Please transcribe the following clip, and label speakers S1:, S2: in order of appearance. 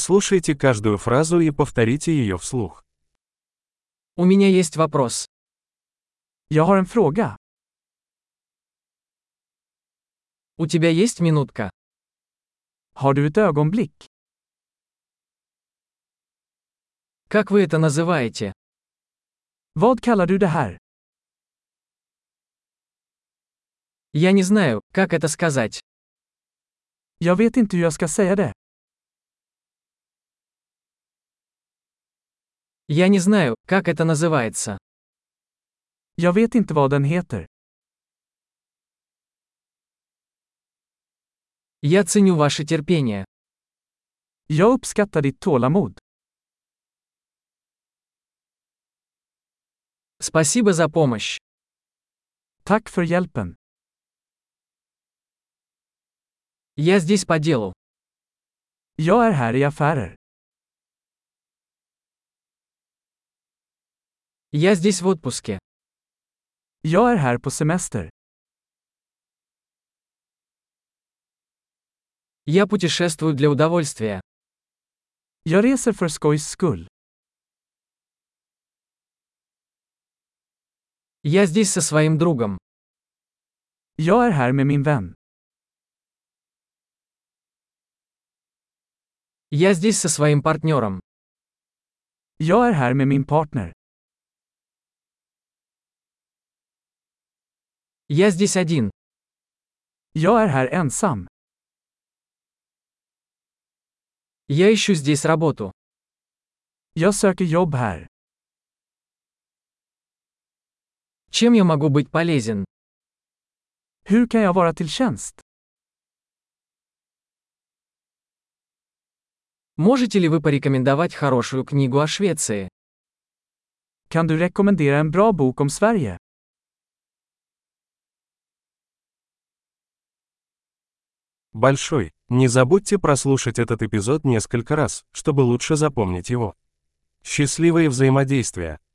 S1: Прослушайте каждую фразу и повторите ее вслух.
S2: У меня есть вопрос.
S3: Jag har en fråga.
S2: У тебя есть минутка?
S3: Har du ett ögonblick?
S2: Как вы это называете?
S3: Vad kallar du det här?
S2: Я не знаю, как это сказать.
S3: Jag vet inte hur jag ska säga det.
S2: Я не знаю, как это называется.
S3: Jag vet inte vad den heter.
S2: Я ценю ваше терпение.
S3: Jag uppskattar ditt tålamod.
S2: Спасибо за помощь.
S3: Tack för hjälpen.
S2: Я здесь по делу.
S3: Jag är här i affärer.
S2: Я здесь в отпуске.
S3: Jag är här på semester.
S2: Я путешествую для удовольствия.
S3: Jag reser för skojs skull.
S2: Я здесь со своим другом.
S3: Jag är här med min vän.
S2: Я здесь со своим партнером.
S3: Jag är här med min partner.
S2: Я здесь один.
S3: Jag är här ensam.
S2: Я ищу здесь работу.
S3: Jag söker jobb här.
S2: Чем я могу быть полезен?
S3: Hur kan jag vara till tjänst?
S2: Можете ли вы порекомендовать хорошую книгу о Швеции?
S3: Kan du rekommendera en bra bok om Sverige?
S1: Большой. Не забудьте прослушать этот эпизод несколько раз, чтобы лучше запомнить его. Счастливые взаимодействия!